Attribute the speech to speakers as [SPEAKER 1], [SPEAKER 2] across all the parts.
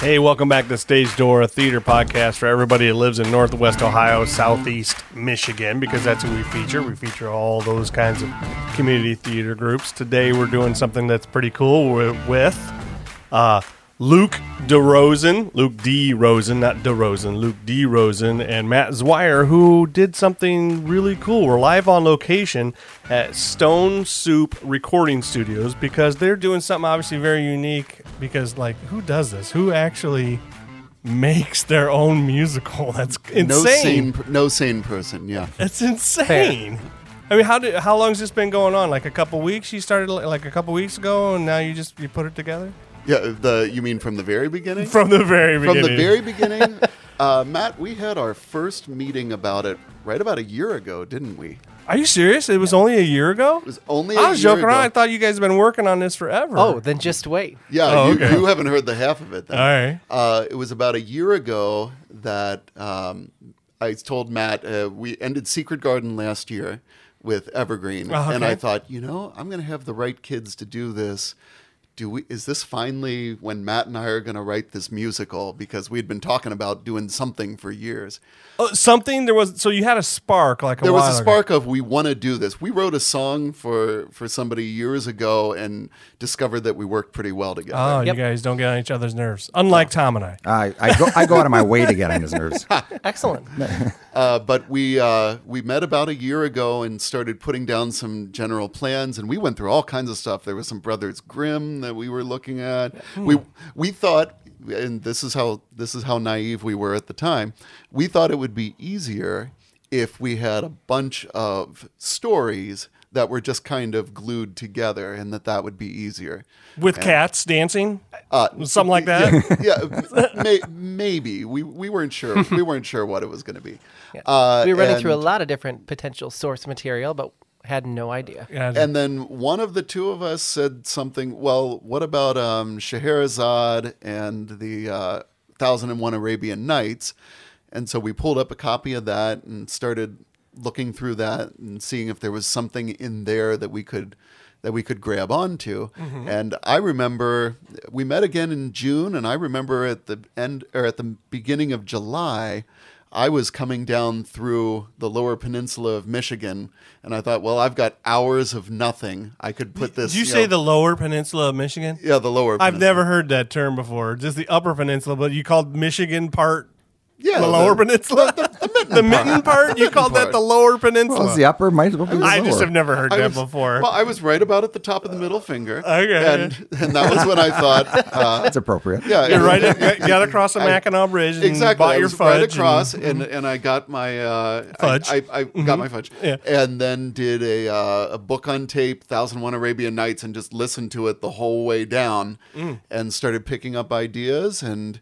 [SPEAKER 1] Hey, welcome back to Stage Door, a theater podcast for everybody who lives in Northwest Ohio, Southeast Michigan, because that's who we feature. We feature all those kinds of community theater groups. Today, we're doing something that's pretty cool. We're with uh, Luke DeRozan, Luke D. Rosen, not DeRozan, Luke D. Rosen, and Matt Zwire, who did something really cool. We're live on location at Stone Soup Recording Studios because they're doing something obviously very unique. Because, like, who does this? Who actually makes their own musical? That's
[SPEAKER 2] No
[SPEAKER 1] insane.
[SPEAKER 2] sane, per- no sane person. Yeah,
[SPEAKER 1] That's insane. I mean, how did how long has this been going on? Like a couple weeks? You started like like, a couple weeks ago, and now you just you put it together
[SPEAKER 2] yeah. The you mean from the very beginning?
[SPEAKER 1] from the very
[SPEAKER 2] From
[SPEAKER 1] beginning.
[SPEAKER 2] the very beginning, uh, Matt. We had our first meeting about it right about a year ago, didn't we? It
[SPEAKER 1] Are you serious? It was only a year ago?
[SPEAKER 2] was only.
[SPEAKER 1] I
[SPEAKER 2] a
[SPEAKER 1] was
[SPEAKER 2] year
[SPEAKER 1] joking around. I
[SPEAKER 2] ago.
[SPEAKER 1] thought you guys have been working on this forever.
[SPEAKER 3] Oh, then just wait.
[SPEAKER 2] Yeah,
[SPEAKER 1] Oh,
[SPEAKER 2] you,
[SPEAKER 1] okay.
[SPEAKER 2] you haven't heard the half of it. Then.
[SPEAKER 1] All right.
[SPEAKER 2] Uh, it was about a year ago that um, I told Matt uh, we ended Secret Garden last year with Evergreen,
[SPEAKER 1] Oh,
[SPEAKER 2] and
[SPEAKER 1] okay.
[SPEAKER 2] I thought, you know, I'm going to have the right kids to do this. Do we? Is this finally when Matt and I are going to write this musical? Because we had been talking about doing something for years.
[SPEAKER 1] Oh, something there was. So you had a spark like a
[SPEAKER 2] There was
[SPEAKER 1] while
[SPEAKER 2] a
[SPEAKER 1] ago.
[SPEAKER 2] spark of we want to do this. We wrote a song for for somebody years ago and discovered that we worked pretty well together.
[SPEAKER 1] Oh,
[SPEAKER 3] Yep.
[SPEAKER 1] you guys don't get on each other's nerves, unlike Tom and I.
[SPEAKER 4] I, I go I go out of my way to get on his nerves.
[SPEAKER 3] Excellent.
[SPEAKER 2] Uh, but we uh, we met about a year ago and started putting down some general plans, and we went through all kinds of stuff. There was some Brothers Grimm that we were looking at.
[SPEAKER 3] Hmm.
[SPEAKER 2] We we thought, and this is how this is how naive we were at the time. We thought it would be easier if we had a bunch of stories that were just kind of glued together, and that that would be easier.
[SPEAKER 1] With cats dancing, something like that.
[SPEAKER 2] Uh, Yeah, may, maybe we we weren't sure. We weren't sure what it was going to be. Uh,
[SPEAKER 3] we were running through a
[SPEAKER 2] and-
[SPEAKER 3] lot of different potential source material, but had no idea.
[SPEAKER 1] Yeah.
[SPEAKER 2] And then one of the two of us said something. Well, what about um, Scheherazade and the uh, Thousand and One Arabian Nights? And so we pulled up a copy of that and started looking through that and seeing if there was something in there that we could that we could grab onto. And I remember we met again in June, and I remember at the end or at the beginning of July. I was coming down through the lower peninsula of Michigan, and I thought, well, I've got hours of nothing. I could put this.
[SPEAKER 1] Did you
[SPEAKER 2] know-
[SPEAKER 1] say the Lower Peninsula of Michigan?
[SPEAKER 2] Yeah, the lower.
[SPEAKER 1] I've
[SPEAKER 2] peninsula.
[SPEAKER 1] never heard that term before. Just the Upper Peninsula, but you called Michigan part
[SPEAKER 2] Yeah,
[SPEAKER 1] the Lower Peninsula, the, mitten, part. You called that
[SPEAKER 2] part.
[SPEAKER 1] the Lower Peninsula.
[SPEAKER 4] Well, it's the upper might as well be the
[SPEAKER 1] I just
[SPEAKER 4] lower.
[SPEAKER 1] have never heard
[SPEAKER 2] I
[SPEAKER 1] that
[SPEAKER 2] was,
[SPEAKER 1] before.
[SPEAKER 2] Well, I was right about at the top of the middle finger.
[SPEAKER 1] Okay.
[SPEAKER 2] and and that was when I thought, uh,
[SPEAKER 4] That's appropriate.
[SPEAKER 2] yeah,
[SPEAKER 1] You're right. at- Got across the Mackinac Bridge and
[SPEAKER 2] exactly.
[SPEAKER 1] bought
[SPEAKER 2] I
[SPEAKER 1] your
[SPEAKER 2] was
[SPEAKER 1] fudge.
[SPEAKER 2] right
[SPEAKER 1] and-
[SPEAKER 2] across, and, Mm-hmm. and I got my uh, I-
[SPEAKER 1] Fudge.
[SPEAKER 2] I, I, got my fudge,
[SPEAKER 1] Yeah.
[SPEAKER 2] and then did a uh, a book on tape, Thousand One Arabian Nights, and just listened to it the whole way down, and started picking up ideas. And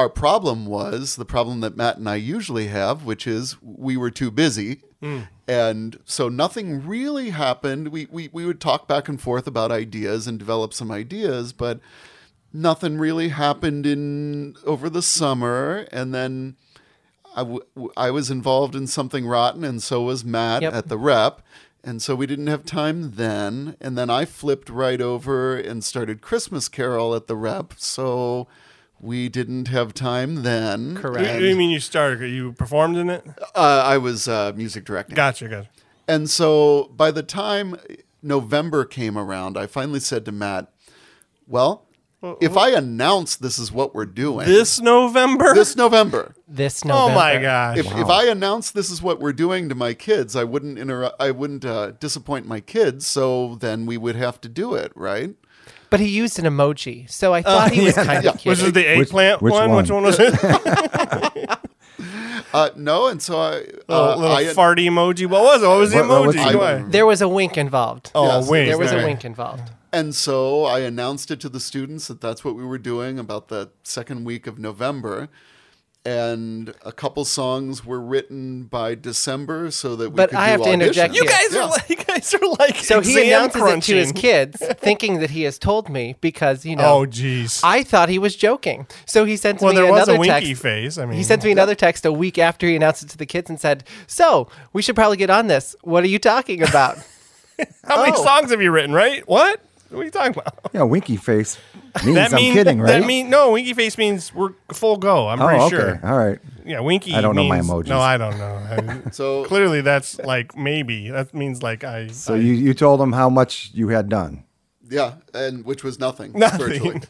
[SPEAKER 2] our problem was the problem that Matt and I usually have, which is we were too busy. And so nothing really happened. We, we we would talk back and forth about ideas and develop some ideas, but nothing really happened in over the summer and then I, w- w- I was involved in something rotten and so was matt
[SPEAKER 3] Yep.
[SPEAKER 2] at the rep and so we didn't have time then and then i flipped right over and started christmas carol at the rep so we didn't have time then
[SPEAKER 3] Correct.
[SPEAKER 1] You,
[SPEAKER 2] And,
[SPEAKER 1] you mean you started? You performed in it?
[SPEAKER 2] uh, i was uh, music directing
[SPEAKER 1] Gotcha, gotcha.
[SPEAKER 2] and so by the time November came around, I finally said to Matt, Well, if I announce this is what we're doing
[SPEAKER 1] This November?
[SPEAKER 2] this November,
[SPEAKER 3] This
[SPEAKER 1] oh
[SPEAKER 3] November.
[SPEAKER 1] my gosh!
[SPEAKER 2] if, if I announce this is what we're doing to my kids, I wouldn't interrupt, I wouldn't uh, disappoint my kids. So then we would have to do it, right?
[SPEAKER 3] But he used an emoji, so I thought he was kind of
[SPEAKER 1] Oh, was
[SPEAKER 3] kidding.
[SPEAKER 1] it the
[SPEAKER 4] Which-
[SPEAKER 1] eggplant
[SPEAKER 4] which
[SPEAKER 1] one?
[SPEAKER 4] one?
[SPEAKER 1] Which one was it? The
[SPEAKER 2] Uh, no, and so I, uh,
[SPEAKER 1] little, little
[SPEAKER 2] I-
[SPEAKER 1] fart emoji. What was it? What was the
[SPEAKER 4] What- what was
[SPEAKER 1] emoji?
[SPEAKER 4] the-
[SPEAKER 1] Go ahead.
[SPEAKER 3] there was a wink involved.
[SPEAKER 1] Oh,
[SPEAKER 2] Yes,
[SPEAKER 1] wink.
[SPEAKER 3] there was
[SPEAKER 1] All
[SPEAKER 3] a
[SPEAKER 1] right.
[SPEAKER 3] wink involved.
[SPEAKER 2] And so I announced it to the students that that's what we were doing about the second week of November. And a couple songs were written by December so that we
[SPEAKER 3] But
[SPEAKER 2] could
[SPEAKER 3] I
[SPEAKER 2] do
[SPEAKER 3] have to interject
[SPEAKER 2] auditions.
[SPEAKER 1] You
[SPEAKER 3] Yeah.
[SPEAKER 1] guys are like, you guys are like
[SPEAKER 3] So he
[SPEAKER 1] exam
[SPEAKER 3] announces it to his
[SPEAKER 1] crunching.
[SPEAKER 3] kids, thinking that he has told me because you know
[SPEAKER 1] Oh, jeez.
[SPEAKER 3] I thought he was joking. So he sent
[SPEAKER 1] Well,
[SPEAKER 3] me
[SPEAKER 1] there was
[SPEAKER 3] another
[SPEAKER 1] a winky
[SPEAKER 3] text.
[SPEAKER 1] face. I mean,
[SPEAKER 3] He sent me another text a week after he announced it to the kids and said, "So we should probably get on this. What are you talking about?"
[SPEAKER 1] how many
[SPEAKER 3] oh.
[SPEAKER 1] songs have you written? Right? What? What are you talking about?
[SPEAKER 4] Yeah, winky face means
[SPEAKER 1] That
[SPEAKER 4] I'm
[SPEAKER 1] mean-
[SPEAKER 4] kidding, right?
[SPEAKER 1] That mean no. Winky face means we're full go. I'm
[SPEAKER 4] oh,
[SPEAKER 1] pretty
[SPEAKER 4] okay.
[SPEAKER 1] sure.
[SPEAKER 4] All right.
[SPEAKER 1] Yeah, winky.
[SPEAKER 4] I don't know my
[SPEAKER 1] means-
[SPEAKER 4] emojis.
[SPEAKER 1] No, I don't know. I-
[SPEAKER 2] So
[SPEAKER 1] clearly, that's like maybe. That means like I.
[SPEAKER 4] So you, you told him how much you had done.
[SPEAKER 2] yeah, and which was nothing.
[SPEAKER 1] Nothing.
[SPEAKER 2] virtually.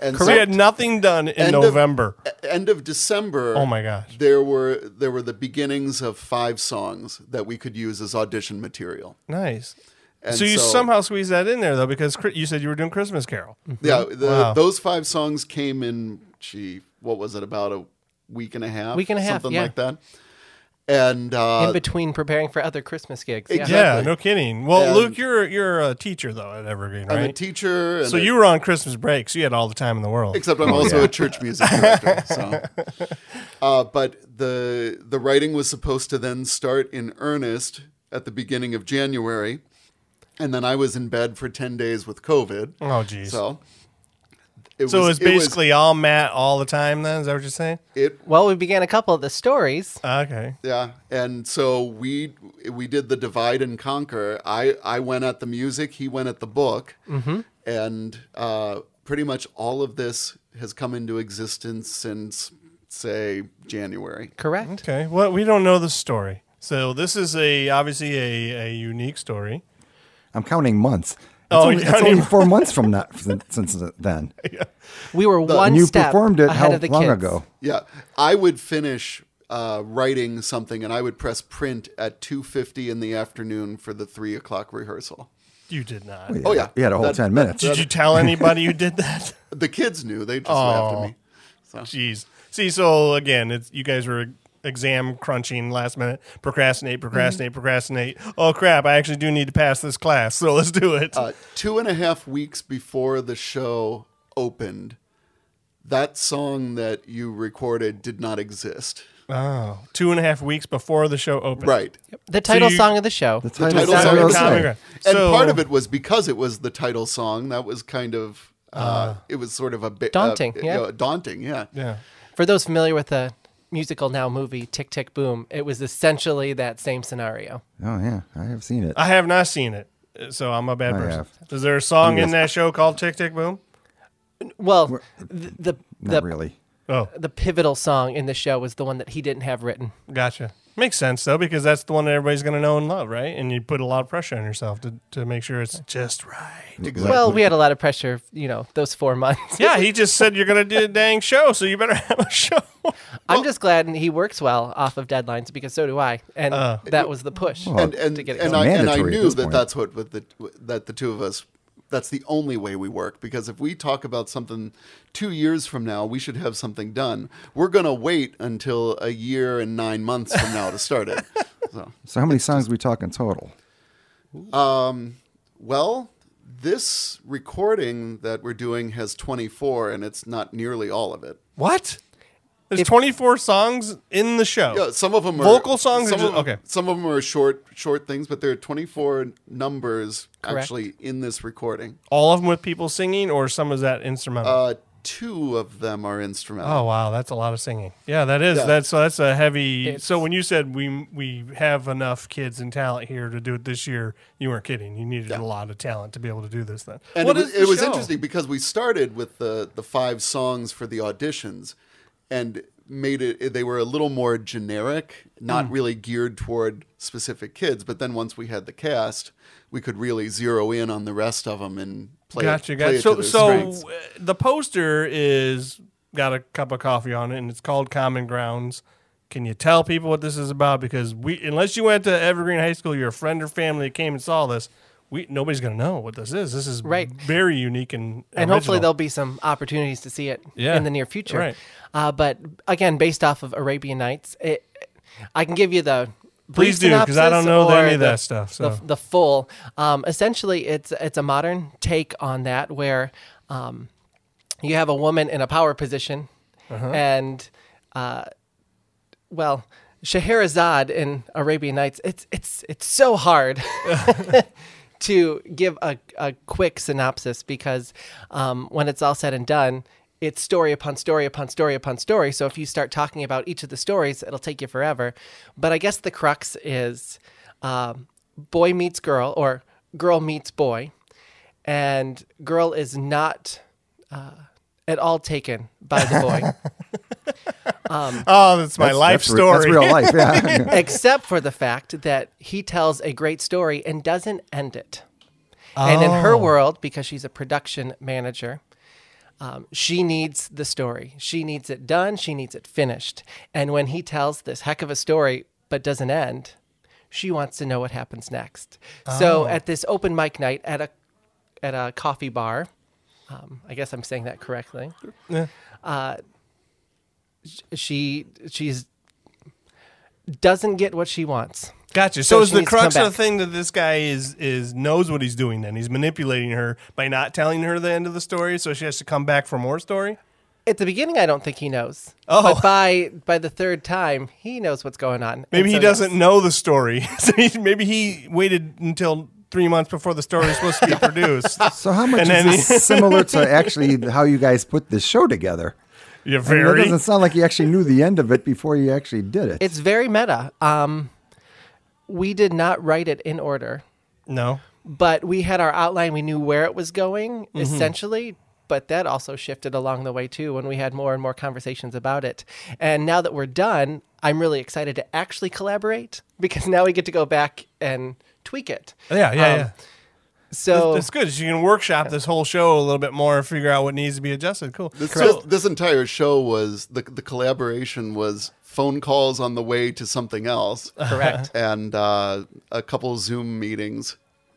[SPEAKER 2] And
[SPEAKER 1] So we had nothing done in
[SPEAKER 2] End of-
[SPEAKER 1] November.
[SPEAKER 2] e- end of December.
[SPEAKER 1] Oh my gosh.
[SPEAKER 2] There were there were the beginnings of five songs that we could use as audition material.
[SPEAKER 1] nice.
[SPEAKER 2] And
[SPEAKER 1] so you
[SPEAKER 2] so-
[SPEAKER 1] somehow squeezed that in there though, because Chri- you said you were doing Christmas Carol.
[SPEAKER 2] Yeah, the,
[SPEAKER 1] Wow.
[SPEAKER 2] those five songs came in. Gee, what was it about a week and a half?
[SPEAKER 3] Week and a half,
[SPEAKER 2] something
[SPEAKER 3] yeah.
[SPEAKER 2] like that. And uh,
[SPEAKER 3] in between preparing for other Christmas gigs.
[SPEAKER 2] Exactly.
[SPEAKER 3] Yeah.
[SPEAKER 1] Yeah, no kidding. Well,
[SPEAKER 2] And-
[SPEAKER 1] Luke, you're you're a teacher though at Evergreen,
[SPEAKER 2] I'm a
[SPEAKER 1] right?
[SPEAKER 2] teacher. And
[SPEAKER 1] so
[SPEAKER 2] a-
[SPEAKER 1] you were on Christmas break, so you had all the time in the world.
[SPEAKER 2] except I'm also
[SPEAKER 4] yeah.
[SPEAKER 2] a church music director. So, uh, but the the writing was supposed to then start in earnest at the beginning of January, and then I was in bed for ten days with COVID.
[SPEAKER 1] oh, geez. So,
[SPEAKER 2] So, it
[SPEAKER 1] it was basically all Matt all the time. Then is that what you're saying? Ah,
[SPEAKER 2] it
[SPEAKER 3] Well, we began a couple of the stories.
[SPEAKER 1] Okay.
[SPEAKER 2] Yeah, and so we we did the divide and conquer. I I went at the music, he went at the book,
[SPEAKER 1] Mm-hmm.
[SPEAKER 2] and uh, pretty much all of this has come into existence since say January.
[SPEAKER 3] Correct.
[SPEAKER 1] Okay. Well, we don't know the story, so this is a obviously a, a unique story.
[SPEAKER 4] I'm counting months. It's
[SPEAKER 1] Oh,
[SPEAKER 4] only,
[SPEAKER 1] you're
[SPEAKER 4] it's only
[SPEAKER 1] counting-
[SPEAKER 4] four months from that since, since then.
[SPEAKER 3] We were one
[SPEAKER 4] and you
[SPEAKER 3] step
[SPEAKER 4] performed it
[SPEAKER 3] ahead
[SPEAKER 4] how
[SPEAKER 3] of the
[SPEAKER 4] long
[SPEAKER 3] kids.
[SPEAKER 4] ago?
[SPEAKER 2] Yeah, I would finish uh, writing something, and I would press print at two fifty in the afternoon for the three o'clock rehearsal.
[SPEAKER 1] You did not.
[SPEAKER 2] Oh yeah,
[SPEAKER 4] You had a whole
[SPEAKER 2] That-
[SPEAKER 4] ten minutes.
[SPEAKER 1] Did you tell anybody you did that?
[SPEAKER 2] The kids knew; they just
[SPEAKER 1] Oh.
[SPEAKER 2] laughed at me.
[SPEAKER 1] Jeez. See, so again, it's, you guys were exam crunching last minute, procrastinate, procrastinate, procrastinate. Oh crap! I actually do need to pass this class, so let's do it.
[SPEAKER 2] uh, two and a half weeks before the show opened, that song that you recorded did not exist.
[SPEAKER 1] oh, two and a half weeks before the show opened.
[SPEAKER 2] Right.
[SPEAKER 3] The title
[SPEAKER 1] you-
[SPEAKER 3] song of the show.
[SPEAKER 4] The title
[SPEAKER 2] title
[SPEAKER 4] song
[SPEAKER 2] song
[SPEAKER 4] of
[SPEAKER 2] of
[SPEAKER 4] the
[SPEAKER 1] Common
[SPEAKER 4] song.
[SPEAKER 1] Ground.
[SPEAKER 2] And
[SPEAKER 1] So-
[SPEAKER 2] part of it was because it was the title song. That was kind of, uh, it was sort of a bit uh,
[SPEAKER 3] Daunting, yeah.
[SPEAKER 2] daunting, yeah.
[SPEAKER 1] Yeah.
[SPEAKER 3] For those familiar with the musical now movie Tick Tick Boom, it was essentially that same scenario.
[SPEAKER 4] Oh yeah, I have seen it.
[SPEAKER 1] I have not seen it, so I'm a bad
[SPEAKER 4] I
[SPEAKER 1] person.
[SPEAKER 4] have.
[SPEAKER 1] Is there a song in that show called Tick Tick Boom?
[SPEAKER 3] Well, the the the,
[SPEAKER 4] Not really.
[SPEAKER 1] Oh,
[SPEAKER 3] the pivotal song in the show was the one that he didn't have written.
[SPEAKER 1] gotcha. Makes sense though, because that's the one that everybody's going to know and love, right? And you put a lot of pressure on yourself to, to make sure it's just right.
[SPEAKER 2] Exactly.
[SPEAKER 3] Well, we had a lot of pressure, you know, those four months.
[SPEAKER 1] Yeah, he just said you're going to do a dang show, so you better have a show.
[SPEAKER 3] I'm just glad he works well off of deadlines because so do I, and
[SPEAKER 4] Uh,
[SPEAKER 3] that was the push.
[SPEAKER 2] and and,
[SPEAKER 3] to get it
[SPEAKER 2] and, I,
[SPEAKER 4] going.
[SPEAKER 2] and I
[SPEAKER 4] Mandatory at
[SPEAKER 2] knew
[SPEAKER 4] this
[SPEAKER 2] that
[SPEAKER 4] point.
[SPEAKER 2] that's what with the that the two of us that's the only way we work because if we talk about something two years from now we should have something done we're going to wait until a year and nine months from now to start it so,
[SPEAKER 4] So how many songs we talk in total?
[SPEAKER 2] well this recording that we're doing has 24 and it's not nearly all of it
[SPEAKER 1] What? There's 24 songs in the show.
[SPEAKER 2] yeah, some of them are
[SPEAKER 1] Vocal songs are
[SPEAKER 2] Some of
[SPEAKER 1] ju-
[SPEAKER 2] them-
[SPEAKER 1] okay.
[SPEAKER 2] Some of them are short, short things, but there are twenty-four numbers
[SPEAKER 3] Correct.
[SPEAKER 2] actually in this recording.
[SPEAKER 1] All of them with people singing, or some is that instrumental?
[SPEAKER 2] Uh, two of them are instrumental.
[SPEAKER 1] oh wow, that's a lot of singing. Yeah, that is.
[SPEAKER 2] Yeah.
[SPEAKER 1] That's so that's a heavy.
[SPEAKER 3] It's-
[SPEAKER 1] so when you said we we have enough kids and talent here to do it this year, you weren't kidding. You needed a lot of talent to be able to do this. Then
[SPEAKER 2] And
[SPEAKER 1] What
[SPEAKER 2] it was,
[SPEAKER 1] is the
[SPEAKER 2] it was
[SPEAKER 1] show?
[SPEAKER 2] interesting because we started with the the five songs for the auditions, and made it. They were a little more generic, not
[SPEAKER 1] Hmm.
[SPEAKER 2] really geared toward specific kids. But then once we had the cast, we could really zero in on the rest of them and play.
[SPEAKER 1] Gotcha,
[SPEAKER 2] play
[SPEAKER 1] gotcha.
[SPEAKER 2] it
[SPEAKER 1] So
[SPEAKER 2] to their
[SPEAKER 1] so
[SPEAKER 2] strengths.
[SPEAKER 1] uh, the poster is got a cup of coffee on it, and it's called Common Grounds. Can you tell people what this is about? Because we, unless you went to Evergreen High School, you're a friend or family that came and saw this. We nobody's gonna know what this is. This is
[SPEAKER 3] Right.
[SPEAKER 1] very unique and
[SPEAKER 3] and hopefully
[SPEAKER 1] original.
[SPEAKER 3] there'll be some opportunities to see it
[SPEAKER 1] Yeah,
[SPEAKER 3] in the near future.
[SPEAKER 1] right.
[SPEAKER 3] Uh, but again, based off of Arabian Nights, it, I can give you the brief
[SPEAKER 1] Please do, 'cause I don't
[SPEAKER 3] synopsis
[SPEAKER 1] know
[SPEAKER 3] or
[SPEAKER 1] any of
[SPEAKER 3] the-
[SPEAKER 1] that stuff, so.
[SPEAKER 3] the, the full. Um, essentially, it's it's a modern take on that where um, you have a woman in a power position,
[SPEAKER 1] Uh-huh.
[SPEAKER 3] and uh, well. Scheherazade in Arabian Nights, it's it's it's so hard to give a, a quick synopsis because um, when it's all said and done, it's story upon story upon story upon story. So if you start talking about each of the stories, it'll take you forever. But I guess the crux is um, boy meets girl or girl meets boy. and girl is not uh, at all taken by the boy,
[SPEAKER 1] Oh, that's my life
[SPEAKER 4] that's re-
[SPEAKER 1] story.
[SPEAKER 4] That's real life. Yeah.
[SPEAKER 3] except for the fact that he tells a great story and doesn't end it. And in her world, because she's a production manager, um, she needs the story. She needs it done. She needs it finished. And when he tells this heck of a story but doesn't end, she wants to know what happens next. So at this open mic night at a at a coffee bar, um, I guess I'm saying that correctly. Uh, she she's doesn't get what she wants.
[SPEAKER 1] Gotcha. So,
[SPEAKER 3] So
[SPEAKER 1] is
[SPEAKER 3] she
[SPEAKER 1] the
[SPEAKER 3] needs to
[SPEAKER 1] crux
[SPEAKER 3] come
[SPEAKER 1] of the
[SPEAKER 3] back.
[SPEAKER 1] thing that this guy is is knows what he's doing? Then he's manipulating her by not telling her the end of the story, so she has to come back for more story.
[SPEAKER 3] At the beginning, I don't think he knows.
[SPEAKER 1] Oh.
[SPEAKER 3] But by by the third time, he knows what's going on.
[SPEAKER 1] Maybe
[SPEAKER 3] And
[SPEAKER 1] he
[SPEAKER 3] so-
[SPEAKER 1] doesn't know the story. so he, maybe he waited until three months before the story is supposed to be produced.
[SPEAKER 4] So how much
[SPEAKER 1] And
[SPEAKER 4] is
[SPEAKER 1] then-
[SPEAKER 4] this similar to actually how you guys put this show together?
[SPEAKER 1] You're
[SPEAKER 4] I mean, that
[SPEAKER 1] very
[SPEAKER 4] doesn't sound like you actually knew the end of it before you actually did it.
[SPEAKER 3] It's very meta. Um, we did not write it in order,
[SPEAKER 1] no.
[SPEAKER 3] but we had our outline. We knew where it was going
[SPEAKER 1] Mm-hmm.
[SPEAKER 3] essentially, but that also shifted along the way too when we had more and more conversations about it. And now that we're done, I'm really excited to actually collaborate because now we get to go back and tweak it.
[SPEAKER 1] Yeah, Oh, yeah,
[SPEAKER 3] Um,
[SPEAKER 1] yeah.
[SPEAKER 3] So
[SPEAKER 1] That's good. You can workshop this whole show a little bit more and figure out what needs to be adjusted. Cool.
[SPEAKER 2] This,
[SPEAKER 1] So,
[SPEAKER 2] this, this entire show was the the collaboration was phone calls on the way to something else,
[SPEAKER 3] Correct.
[SPEAKER 2] and uh, a couple Zoom meetings.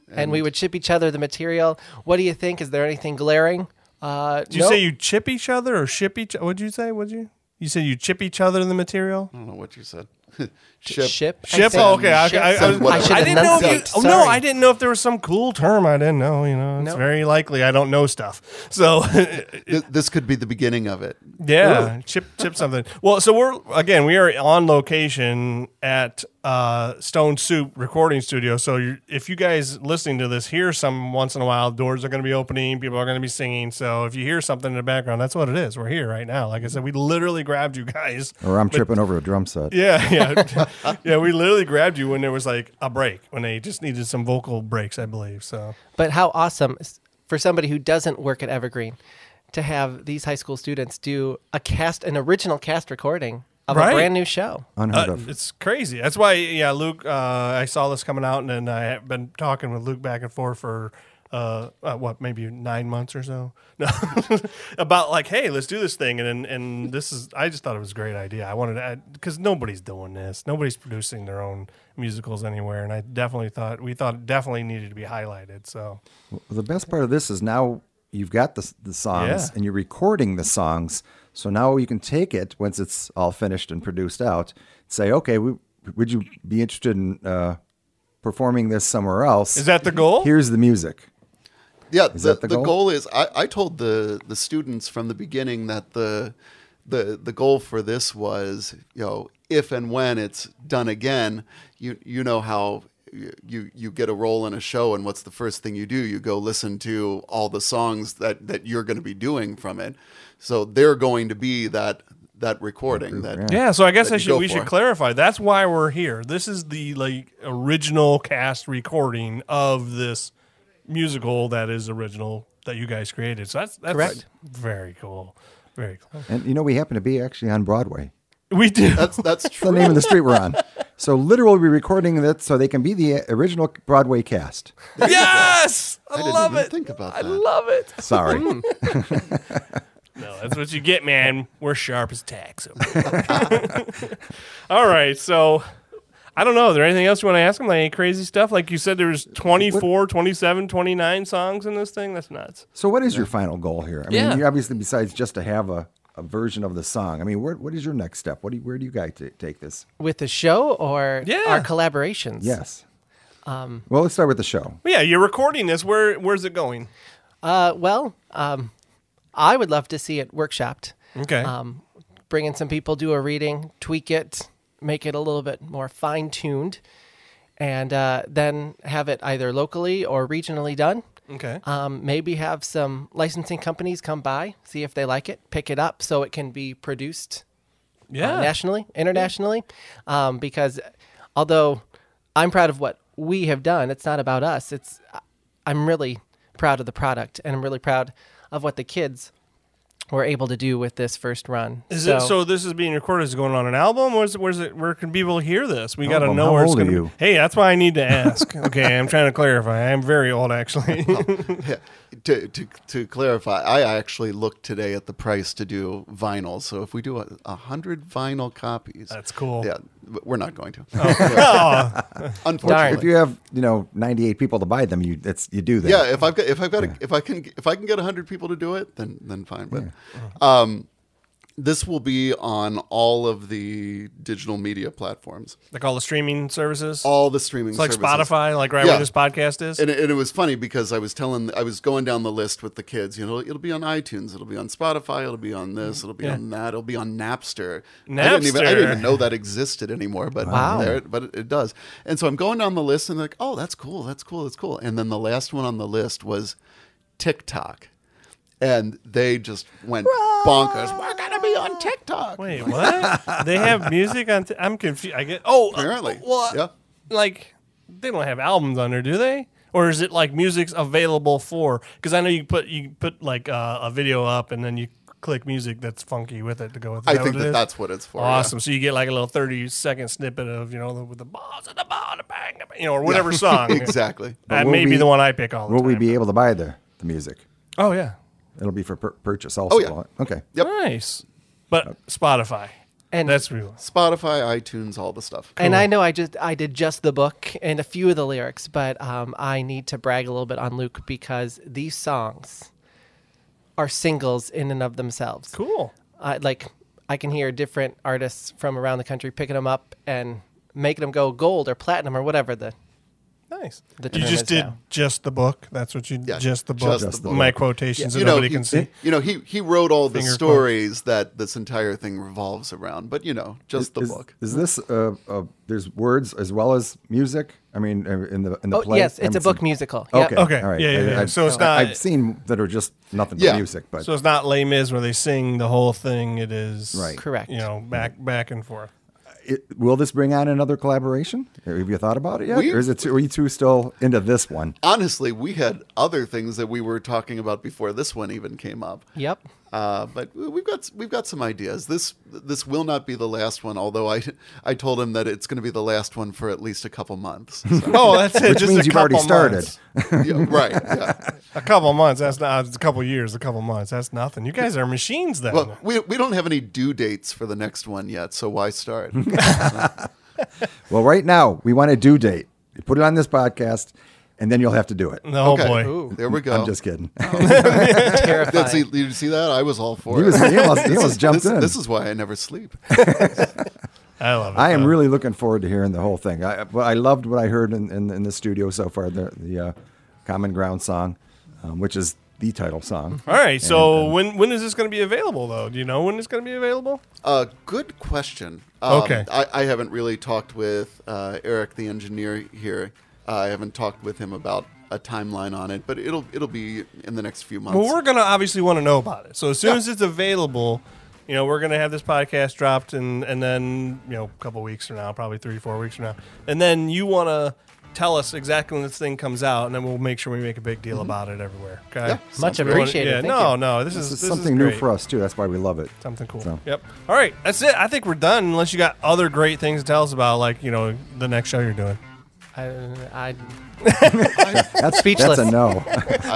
[SPEAKER 3] and we would ship each other the material. What do you think? Is there anything glaring? Uh,
[SPEAKER 1] did you say you chip each other or ship each? What'd you say? What'd you? You said you chip each other in the material.
[SPEAKER 2] I don't know what you said.
[SPEAKER 3] ship?
[SPEAKER 2] Ship.
[SPEAKER 3] Ship. Hmm. I
[SPEAKER 1] Ship.
[SPEAKER 3] said
[SPEAKER 1] Oh, okay. I,
[SPEAKER 3] ship.
[SPEAKER 1] I, I,
[SPEAKER 2] Some-
[SPEAKER 1] was-
[SPEAKER 3] I should
[SPEAKER 1] I didn't know. If you,
[SPEAKER 3] enunciate.
[SPEAKER 1] oh, no,
[SPEAKER 3] Sorry.
[SPEAKER 1] I didn't know if there was some cool term. I didn't know. You know, it's
[SPEAKER 3] No.
[SPEAKER 1] very likely I don't know stuff. So,
[SPEAKER 2] Th- this could be the beginning of it.
[SPEAKER 1] yeah, chip chip something. Well, so we're again we are on location at uh, Stone Soup Recording Studio. So you if you guys listening to this hear some once in a while, doors are going to be opening, people are going to be singing. So if you hear something in the background, that's what it is. We're here right now. Like I said, we literally grabbed you guys
[SPEAKER 4] or I'm tripping over a drum set.
[SPEAKER 1] Yeah, yeah, yeah. We literally grabbed you when there was like a break when they just needed some vocal breaks, I believe. So
[SPEAKER 3] But how awesome s- for somebody who doesn't work at Evergreen to have these high school students do a cast, an original cast recording of
[SPEAKER 1] Right.
[SPEAKER 3] a brand new show.
[SPEAKER 4] Unheard
[SPEAKER 1] uh,
[SPEAKER 4] of.
[SPEAKER 1] it's crazy. That's why, yeah, Luke. Uh, I saw this coming out, and then I have been talking with Luke back and forth for. Uh, uh, what maybe nine months or so? No, about like, hey, let's do this thing, and and, and this is. I just thought it was a great idea. I wanted to because nobody's doing this. Nobody's producing their own musicals anywhere, and I definitely thought we thought it definitely needed to be highlighted. So
[SPEAKER 4] Well, the best part of this is now you've got the, s- the songs
[SPEAKER 1] Yeah.
[SPEAKER 4] and you're recording the songs. So now you can take it once it's all finished and produced out. Say, okay, we, would you be interested in uh, performing this somewhere else?
[SPEAKER 1] is that the goal?
[SPEAKER 4] Here's the music.
[SPEAKER 2] Yeah, the,
[SPEAKER 4] that the
[SPEAKER 2] the
[SPEAKER 4] goal?
[SPEAKER 2] goal? is I, I told the the students from the beginning that the the the goal for this was, you know, if and when it's done again, you you know how you you get a role in a show and what's the first thing you do? You go listen to all the songs that that you're going to be doing from it. So they're going to be that that recording that
[SPEAKER 1] Yeah, so I guess
[SPEAKER 2] that
[SPEAKER 1] I
[SPEAKER 2] you
[SPEAKER 1] should
[SPEAKER 2] go
[SPEAKER 1] we should
[SPEAKER 2] for.
[SPEAKER 1] clarify. That's why we're here. This is the like original cast recording of this musical that is original that you guys created. So that's that's
[SPEAKER 3] Correct.
[SPEAKER 1] very cool. Very cool.
[SPEAKER 4] And you know, we happen to be actually on Broadway.
[SPEAKER 1] We do.
[SPEAKER 2] that's that's
[SPEAKER 4] It's the
[SPEAKER 2] true.
[SPEAKER 4] name of the street we're on. So literally, we're recording that so they can be the uh, original Broadway cast.
[SPEAKER 1] yes. I,
[SPEAKER 2] I didn't
[SPEAKER 1] love
[SPEAKER 2] even
[SPEAKER 1] it.
[SPEAKER 2] think about
[SPEAKER 1] I
[SPEAKER 2] that.
[SPEAKER 1] love it.
[SPEAKER 4] Sorry.
[SPEAKER 1] No, that's what you get, man. We're sharp as tacks. over here. All right, so I don't know. Is there anything else you want to ask them? Like any crazy stuff? Like you said, there's 24, 27, 29 songs in this thing. That's nuts.
[SPEAKER 4] So, what is your final goal here? I mean,
[SPEAKER 1] Yeah.
[SPEAKER 4] you obviously, besides just to have a, a version of the song, I mean, where, what is your next step? What do you, where do you guys ta- take this?
[SPEAKER 3] With the show or
[SPEAKER 1] Yeah.
[SPEAKER 3] our collaborations?
[SPEAKER 4] Yes.
[SPEAKER 3] Um,
[SPEAKER 4] well, let's start with the show.
[SPEAKER 1] Yeah, you're recording this. Where where's it going?
[SPEAKER 3] Uh, well, um, I would love to see it workshopped.
[SPEAKER 1] Okay.
[SPEAKER 3] Um, bring in some people, do a reading, tweak it, make it a little bit more fine tuned, and uh, then have it either locally or regionally done.
[SPEAKER 1] okay.
[SPEAKER 3] Um, maybe have some licensing companies come by, see if they like it, pick it up so it can be produced uh,
[SPEAKER 1] yeah.
[SPEAKER 3] nationally, internationally. Um, because although I'm proud of what we have done, it's not about us. It's I'm really proud of the product, and I'm really proud of what the kids were able to do with this first run.
[SPEAKER 1] Is it so? This is being recorded. Is it going on an album? Where's where's it? Where can people hear this? We got to
[SPEAKER 4] Album.
[SPEAKER 1] know
[SPEAKER 4] Oh, How
[SPEAKER 1] where it's
[SPEAKER 4] old are
[SPEAKER 1] going to.
[SPEAKER 4] you?
[SPEAKER 1] Hey, that's why I need to ask. okay, I'm trying to clarify. I'm very old, actually.
[SPEAKER 2] Yeah. To, to, to clarify, I actually looked today at the price to do vinyl. So if we do a, a hundred vinyl copies,
[SPEAKER 1] That's cool.
[SPEAKER 2] Yeah, but we're not going to.
[SPEAKER 1] oh,
[SPEAKER 2] Unfortunately,
[SPEAKER 4] If you have you know 98 people to buy them, you that's you do that.
[SPEAKER 2] yeah, if I've got if I've got a, if I can if I can get hundred people to do it, then then fine. But um, this will be on all of the digital media platforms,
[SPEAKER 1] like all the streaming services.
[SPEAKER 2] all the streaming.
[SPEAKER 1] it's like
[SPEAKER 2] services.
[SPEAKER 1] Spotify, like right
[SPEAKER 2] Yeah.
[SPEAKER 1] where this podcast is.
[SPEAKER 2] And it, and it was funny because I was telling, I was going down the list with the kids. You know, it'll be on iTunes, it'll be on Spotify, it'll be on this, it'll be on that, it'll be on Napster. I didn't even, I didn't even
[SPEAKER 1] Napster.
[SPEAKER 2] know that existed anymore, but
[SPEAKER 3] Wow.
[SPEAKER 2] there, it- but it, it does. And so I'm going down the list and like, oh, that's cool, that's cool, that's cool. And then the last one on the list was TikTok, and they just went bonkers. We're gonna be on TikTok.
[SPEAKER 1] Wait, what? they have music on. T- I'm confused. I get. Oh, uh,
[SPEAKER 2] Apparently,
[SPEAKER 1] well,
[SPEAKER 2] yeah.
[SPEAKER 1] like they don't have albums on there, do they? Or is it like music's available for? Because I know you put you put like uh, a video up and then you click music that's funky with it to go with. Is
[SPEAKER 2] I
[SPEAKER 1] that
[SPEAKER 2] think
[SPEAKER 1] what it
[SPEAKER 2] that
[SPEAKER 1] is?
[SPEAKER 2] that's what it's for. yeah.
[SPEAKER 1] awesome. So you get like a little thirty second snippet of you know the, with the balls and the ball, the bang, the bang, you know, or whatever song.
[SPEAKER 2] exactly.
[SPEAKER 1] That
[SPEAKER 4] Will
[SPEAKER 1] may be
[SPEAKER 4] we-
[SPEAKER 1] the one I pick all the
[SPEAKER 4] Will
[SPEAKER 1] time.
[SPEAKER 4] we be able to buy the the music?
[SPEAKER 1] Oh yeah,
[SPEAKER 4] It'll be for pur- purchase also.
[SPEAKER 2] Oh, yeah.
[SPEAKER 4] won't it? Okay.
[SPEAKER 2] Yep.
[SPEAKER 1] nice. But Spotify.
[SPEAKER 3] And-
[SPEAKER 1] that's real.
[SPEAKER 2] Spotify, iTunes, all the stuff.
[SPEAKER 3] And I know I just I did just the book and a few of the lyrics, but um, I need to brag a little bit on Luke because these songs are singles in and of themselves.
[SPEAKER 1] Cool.
[SPEAKER 3] Uh, like I can hear different artists from around the country picking them up and making them go gold or platinum or whatever the
[SPEAKER 1] Nice.
[SPEAKER 3] The
[SPEAKER 1] you
[SPEAKER 3] term
[SPEAKER 1] just
[SPEAKER 3] is
[SPEAKER 1] did
[SPEAKER 3] now.
[SPEAKER 1] just the book. That's what you
[SPEAKER 2] Yeah,
[SPEAKER 1] just the book.
[SPEAKER 2] just Just the the
[SPEAKER 4] book.
[SPEAKER 1] My quotations that
[SPEAKER 2] you know,
[SPEAKER 1] nobody
[SPEAKER 2] he,
[SPEAKER 1] can see.
[SPEAKER 2] You know, he he wrote all the
[SPEAKER 1] Finger
[SPEAKER 2] stories that this entire thing revolves around, but you know, just the
[SPEAKER 4] is,
[SPEAKER 2] book.
[SPEAKER 4] Is this uh, uh, there's words as well as music? I mean, uh, in the in the
[SPEAKER 3] Oh
[SPEAKER 4] play.
[SPEAKER 3] yes, it's a
[SPEAKER 4] I'm-
[SPEAKER 3] book musical. Yep.
[SPEAKER 4] Okay.
[SPEAKER 1] Okay,
[SPEAKER 4] All right.
[SPEAKER 1] yeah, yeah, yeah. So it's
[SPEAKER 4] I-
[SPEAKER 1] not-
[SPEAKER 4] I've seen that are just nothing but
[SPEAKER 2] Yeah.
[SPEAKER 4] music, but
[SPEAKER 1] So it's not Les Mis where they sing the whole thing. It is
[SPEAKER 4] Right.
[SPEAKER 3] Correct.
[SPEAKER 1] You know, back back and forth.
[SPEAKER 4] it, will this bring on another collaboration? Have you thought about it yet,
[SPEAKER 2] We-
[SPEAKER 4] or is it too, are you two still into this one?
[SPEAKER 2] Honestly, we had other things that we were talking about before this one even came up.
[SPEAKER 3] Yep.
[SPEAKER 2] Uh, but we've got we've got some ideas. This this will not be the last one. Although I I told him that it's going to be the last one for at least a couple months. So,
[SPEAKER 1] Oh, that's it.
[SPEAKER 4] Which
[SPEAKER 1] just
[SPEAKER 4] means
[SPEAKER 1] a
[SPEAKER 4] you've already
[SPEAKER 1] couple
[SPEAKER 4] started.
[SPEAKER 1] months.
[SPEAKER 2] yeah, right. Yeah.
[SPEAKER 1] A couple months. That's not. It's a couple years. A couple months. That's nothing. You guys are machines then.
[SPEAKER 2] Well, we we don't have any due dates for the next one yet, so why start?
[SPEAKER 4] Well, right now we want a due date. You put it on this podcast, and then you'll have to do it.
[SPEAKER 1] oh boy.
[SPEAKER 3] Ooh,
[SPEAKER 2] there we go.
[SPEAKER 4] I'm just kidding.
[SPEAKER 1] Oh,
[SPEAKER 3] terrifying.
[SPEAKER 2] That's, did you see that? I was all for
[SPEAKER 4] he
[SPEAKER 2] it.
[SPEAKER 4] was he almost, he almost jumped
[SPEAKER 2] this,
[SPEAKER 4] in.
[SPEAKER 2] this is why I never sleep.
[SPEAKER 1] I love it. Uh,
[SPEAKER 4] I am
[SPEAKER 1] though.
[SPEAKER 4] really looking forward to hearing the whole thing. I, but I loved what I heard in, in, in the studio so far. The the uh, Common Ground song, um, which is the title song. uh,
[SPEAKER 1] All right. So when when is this going to be available though? Do you know when it's going to be available?
[SPEAKER 2] Uh, good question. Um,
[SPEAKER 1] Okay.
[SPEAKER 2] I, I haven't really talked with uh, Eric, the engineer here. Uh, I haven't talked with him about a timeline on it, but it'll it'll be in the next few months.
[SPEAKER 1] Well, we're going to obviously want to know about it. So as soon as it's available, you know, we're going to have this podcast dropped, and and then you know, a couple weeks from now, probably three, four weeks from now, and then you want to tell us exactly when this thing comes out, and then we'll make sure we make a big
[SPEAKER 4] Mm-hmm.
[SPEAKER 1] deal about it everywhere. Okay.
[SPEAKER 2] Yeah,
[SPEAKER 3] Much
[SPEAKER 2] sounds
[SPEAKER 1] Everyone-
[SPEAKER 2] great.
[SPEAKER 3] appreciated.
[SPEAKER 1] Yeah,
[SPEAKER 3] Thank
[SPEAKER 1] no,
[SPEAKER 3] you.
[SPEAKER 1] no, this, is
[SPEAKER 4] This is
[SPEAKER 1] this
[SPEAKER 4] something new
[SPEAKER 1] great.
[SPEAKER 4] for us too. That's why we love it.
[SPEAKER 1] Something cool.
[SPEAKER 4] So-
[SPEAKER 1] Yep. All right, that's it. I think we're done. Unless you got other great things to tell us about, like you know, the next show you're doing.
[SPEAKER 3] I, I,
[SPEAKER 4] That's
[SPEAKER 3] Speechless.
[SPEAKER 4] That's a no.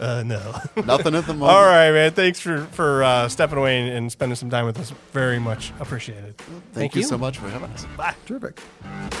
[SPEAKER 1] Uh, no.
[SPEAKER 2] Nothing at the moment.
[SPEAKER 1] All right, man. Thanks for for uh, stepping away and, and spending some time with us. Very much appreciated.
[SPEAKER 2] Thank,
[SPEAKER 3] Thank
[SPEAKER 2] you
[SPEAKER 3] you.
[SPEAKER 2] so much for having us.
[SPEAKER 4] Terrific.
[SPEAKER 1] Bye.